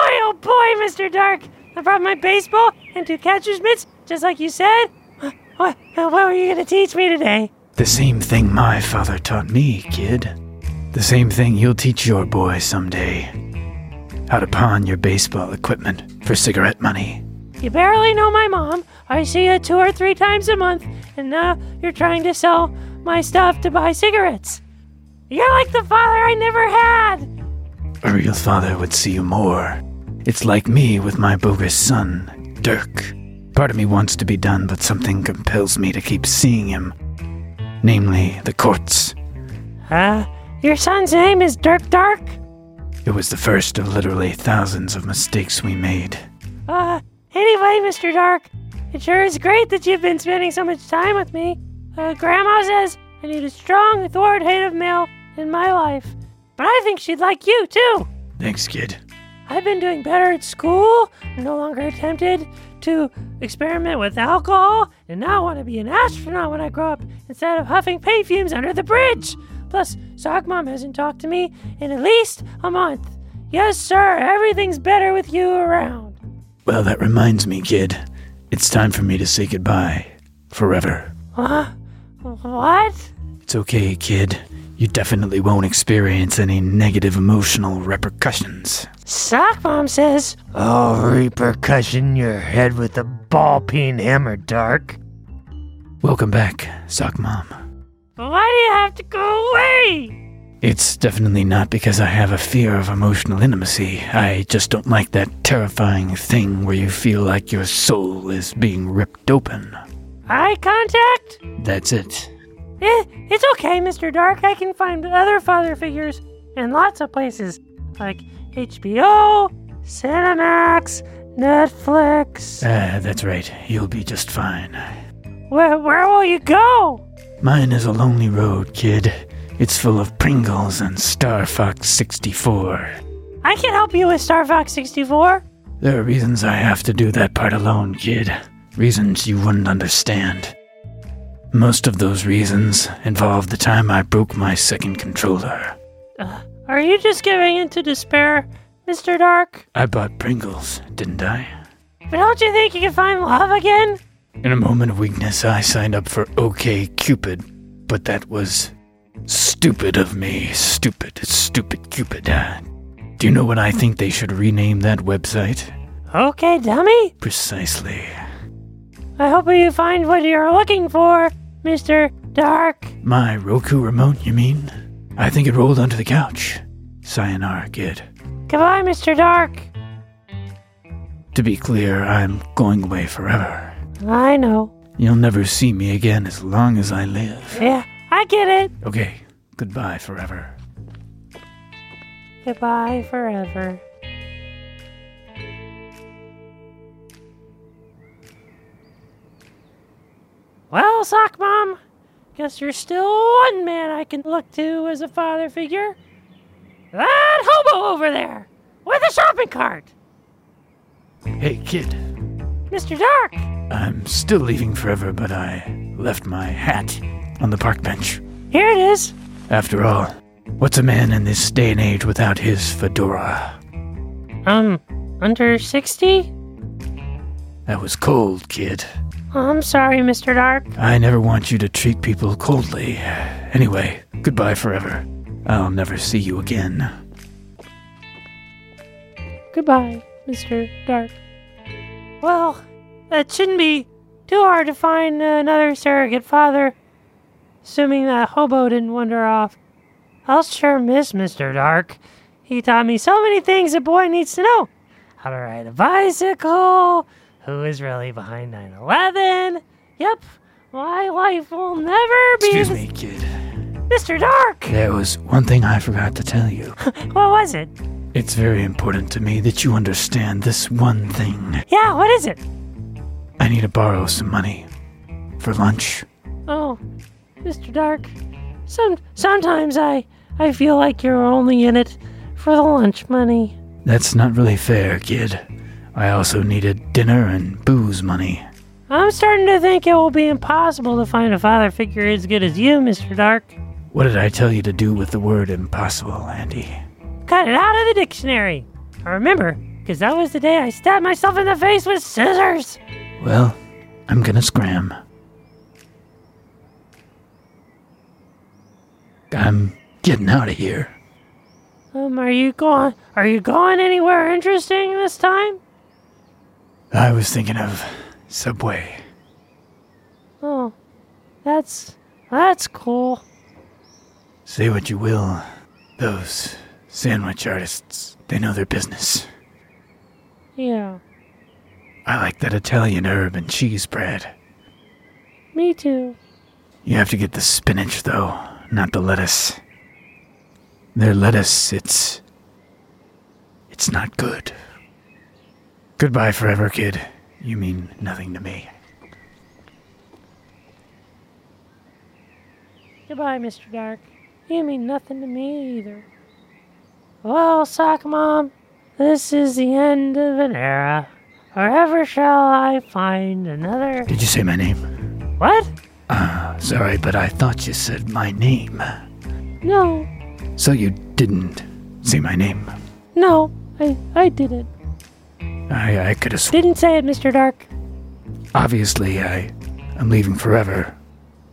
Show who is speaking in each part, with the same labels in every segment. Speaker 1: away, Mr. oh Dark. I brought my baseball and two catcher's mitts, just like you said. What, uh, what were you going to teach me today?
Speaker 2: The same thing my father taught me, kid. The same thing you'll teach your boy someday. How to pawn your baseball equipment for cigarette money.
Speaker 1: You barely know my mom. I see her two or three times a month, and now you're trying to sell my stuff to buy cigarettes. You're like the father I never had.
Speaker 2: A real father would see you more. It's like me with my bogus son, Dirk. Part of me wants to be done, but something compels me to keep seeing him. Namely, the courts.
Speaker 1: Huh? Your son's name is Dirk Dark?
Speaker 2: It was the first of literally thousands of mistakes we made.
Speaker 1: Uh, anyway, Mr. Dark, it sure is great that you've been spending so much time with me. Uh, Grandma says I need a strong, authoritative male in my life, but I think she'd like you too.
Speaker 2: Thanks, kid.
Speaker 1: I've been doing better at school, I'm no longer tempted to experiment with alcohol, and now I want to be an astronaut when I grow up instead of huffing paint fumes under the bridge. Plus, Sock Mom hasn't talked to me in at least a month. Yes, sir, everything's better with you around.
Speaker 2: Well, that reminds me, kid. It's time for me to say goodbye. Forever.
Speaker 1: Huh? What?
Speaker 2: It's okay, kid. You definitely won't experience any negative emotional repercussions.
Speaker 1: Sock Mom says,
Speaker 3: Oh, repercussion your head with a ball peen hammer, Dark.
Speaker 2: Welcome back, Sock Mom.
Speaker 1: Why do you have to go away?
Speaker 2: It's definitely not because I have a fear of emotional intimacy. I just don't like that terrifying thing where you feel like your soul is being ripped open.
Speaker 1: Eye contact?
Speaker 2: That's it.
Speaker 1: Eh, it's okay, Mr. Dark. I can find other father figures in lots of places, like HBO, Cinemax, Netflix.
Speaker 2: Ah, that's right. You'll be just fine.
Speaker 1: Where, where will you go?
Speaker 2: Mine is a lonely road, kid. It's full of Pringles and Star Fox 64.
Speaker 1: I can help you with Star Fox 64.
Speaker 2: There are reasons I have to do that part alone, kid. Reasons you wouldn't understand. Most of those reasons involve the time I broke my second controller.
Speaker 1: Are you just giving into despair, Mr. Dark?
Speaker 2: I bought Pringles, didn't I?
Speaker 1: But don't you think you can find love again?
Speaker 2: In a moment of weakness, I signed up for OK Cupid, but that was stupid of me. Stupid, stupid Cupid. Uh, Do you know what I think they should rename that website?
Speaker 1: Okay, dummy.
Speaker 2: Precisely.
Speaker 1: I hope you find what you're looking for, Mr. Dark.
Speaker 2: My Roku remote, you mean? I think it rolled under the couch. Sayonara, kid.
Speaker 1: Goodbye, Mr. Dark.
Speaker 2: To be clear, I'm going away forever.
Speaker 1: I know.
Speaker 2: You'll never see me again as long as I live.
Speaker 1: Yeah, I get it.
Speaker 2: Okay, goodbye forever.
Speaker 1: Goodbye forever. Well, Sock Mom, guess you're still one man I can look to as a father figure. That hobo over there with a shopping cart,
Speaker 2: Hey, kid.
Speaker 1: Mr. Dark.
Speaker 2: I'm still leaving forever, but I left my hat on the park bench.
Speaker 1: Here it is.
Speaker 2: After all, what's a man in this day and age without his fedora?
Speaker 1: Um, under 60?
Speaker 2: That was cold, kid.
Speaker 1: Oh, I'm sorry, Mr. Dark.
Speaker 2: I never want you to treat people coldly. Anyway, goodbye forever. I'll never see you again.
Speaker 1: Goodbye, Mr. Dark. Well, it shouldn't be too hard to find another surrogate father, assuming that hobo didn't wander off. I'll sure miss Mr. Dark. He taught me so many things a boy needs to know how to ride a bicycle, who is really behind 9 11. Yep, my life will never be.
Speaker 2: Excuse
Speaker 1: the-
Speaker 2: me, kid.
Speaker 1: Mr. Dark!
Speaker 2: There was one thing I forgot to tell you.
Speaker 1: What was it?
Speaker 2: It's very important to me that you understand this one thing.
Speaker 1: Yeah, what is it?
Speaker 2: I need to borrow some money for lunch.
Speaker 1: Oh, Mr. Dark. Some sometimes I I feel like you're only in it for the lunch money.
Speaker 2: That's not really fair, kid. I also needed dinner and booze money.
Speaker 1: I'm starting to think it will be impossible to find a father figure as good as you, Mr. Dark.
Speaker 2: What did I tell you to do with the word impossible, Andy?
Speaker 1: Cut it out of the dictionary. Now Remember, because that was the day I stabbed myself in the face with scissors.
Speaker 2: Well, I'm gonna scram. I'm getting out of here.
Speaker 1: Um, are you going? Are you going anywhere interesting this time?
Speaker 2: I was thinking of Subway.
Speaker 1: Oh, that's that's cool.
Speaker 2: Say what you will, those sandwich artists, they know their business.
Speaker 1: Yeah,
Speaker 2: I like that Italian herb and cheese bread.
Speaker 1: me too.
Speaker 2: You have to get the spinach, though, not the lettuce. Their lettuce, it's. it's not good. Goodbye forever, kid. You mean nothing to me.
Speaker 1: Goodbye, Mr. Dark. You mean nothing to me either. Well, Sock Mom, this is the end of an era. Wherever shall I find another?
Speaker 2: Did you say my name? Uh,
Speaker 1: What?
Speaker 2: Sorry, but I thought you said my name.
Speaker 1: No,
Speaker 2: So you didn't say my name.
Speaker 1: no, I I didn't.
Speaker 2: I, I could have sworn.
Speaker 1: Didn't say it, Mr. Dark.
Speaker 2: Obviously, I, I'm leaving forever.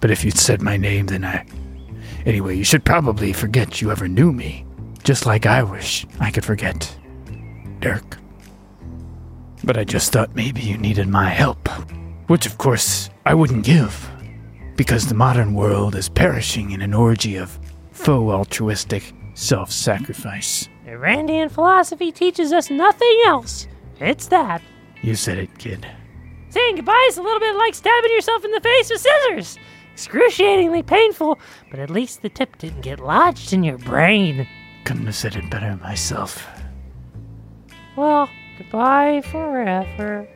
Speaker 2: But if you'd said my name, then I. Anyway, you should probably forget you ever knew me. Just like I wish I could forget. Dirk. But I just thought maybe you needed my help. Which, of course, I wouldn't give. Because the modern world is perishing in an orgy of faux altruistic self sacrifice.
Speaker 1: Randian philosophy teaches us nothing else. It's that.
Speaker 2: You said it, kid.
Speaker 1: Saying goodbye is a little bit like stabbing yourself in the face with scissors. Excruciatingly painful, but at least the tip didn't get lodged in your brain.
Speaker 2: Couldn't have said it better myself.
Speaker 1: Well, goodbye forever.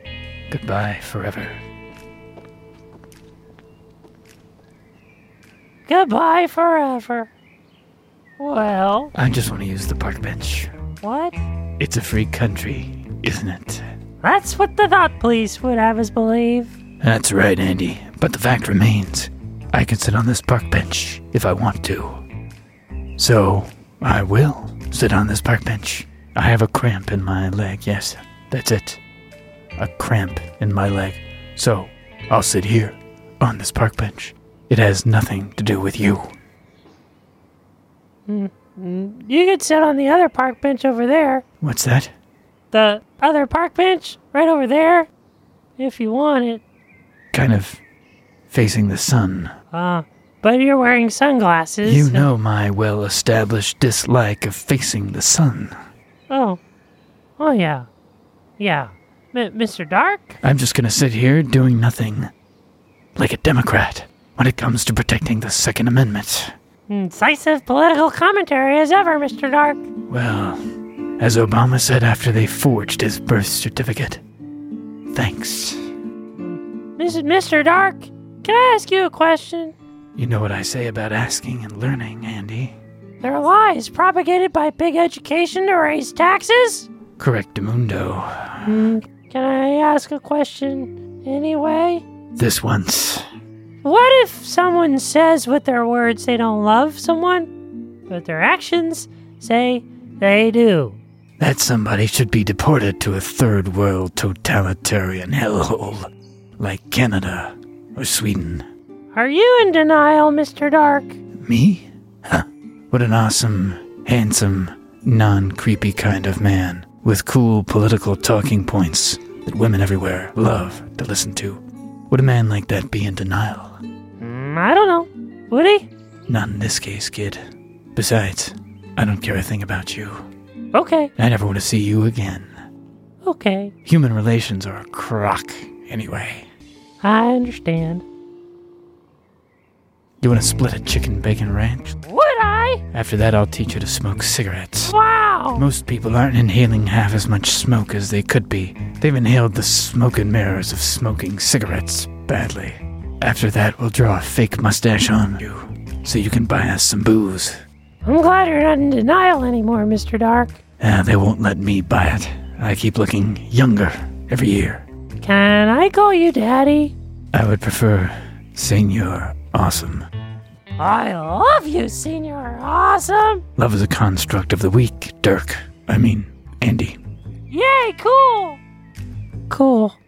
Speaker 2: Goodbye forever.
Speaker 1: Goodbye forever. Well,
Speaker 2: I just want to use the park bench.
Speaker 1: what?
Speaker 2: It's a free country, isn't it?
Speaker 1: That's what the thought police would have us believe.
Speaker 2: That's right, Andy. But the fact remains, I can sit on this park bench if I want to. So, I will sit on this park bench. I have a cramp in my leg, yes, that's it. A cramp in my leg. So, I'll sit here on this park bench. It has nothing to do with you.
Speaker 1: You could sit on the other park bench over there.
Speaker 2: What's that?
Speaker 1: The other park bench right over there. If you want it.
Speaker 2: Kind of facing the sun.
Speaker 1: Uh, but you're wearing sunglasses.
Speaker 2: You know my well established dislike of facing the sun.
Speaker 1: Oh. Oh, yeah. Yeah. M- Mr. Dark?
Speaker 2: I'm just gonna sit here doing nothing. Like a Democrat when it comes to protecting the Second Amendment.
Speaker 1: Incisive political commentary as ever, Mr. Dark.
Speaker 2: Well, as Obama said after they forged his birth certificate, thanks.
Speaker 1: Mis- Mr. Dark, can I ask you a question?
Speaker 2: You know what I say about asking and learning, Andy?
Speaker 1: There are lies propagated by big education to raise taxes?
Speaker 2: Correctamundo.
Speaker 1: Can I ask a question anyway?
Speaker 2: This once.
Speaker 1: What if someone says with their words they don't love someone, but their actions say they do?
Speaker 2: That somebody should be deported to a third world totalitarian hellhole like Canada or Sweden.
Speaker 1: Are you in denial, Mr. Dark?
Speaker 2: Me? Huh. What an awesome, handsome, non creepy kind of man with cool political talking points that women everywhere love to listen to. Would a man like that be in denial?
Speaker 1: Mm, I don't know. Would he?
Speaker 2: Not in this case, kid. Besides, I don't care a thing about you.
Speaker 1: Okay,
Speaker 2: I never want to see you again.
Speaker 1: okay.
Speaker 2: Human relations are a crock, anyway.
Speaker 1: I understand.
Speaker 2: You want to split a chicken bacon ranch?
Speaker 1: Would I?
Speaker 2: After that, I'll teach you to smoke cigarettes.
Speaker 1: Wow!
Speaker 2: Most people aren't inhaling half as much smoke as they could be. They've inhaled the smoke and mirrors of smoking cigarettes badly. After that, we'll draw a fake mustache on you so you can buy us some booze.
Speaker 1: I'm glad you're not in denial anymore, Mr. Dark.
Speaker 2: Ah, they won't let me buy it. I keep looking younger every year.
Speaker 1: Can I call you Daddy?
Speaker 2: I would prefer saying you're awesome.
Speaker 1: I love you, Senior Awesome!
Speaker 2: Love is a construct of the weak, Dirk. I mean, Andy.
Speaker 1: Yeah, Okay, cool. Cool.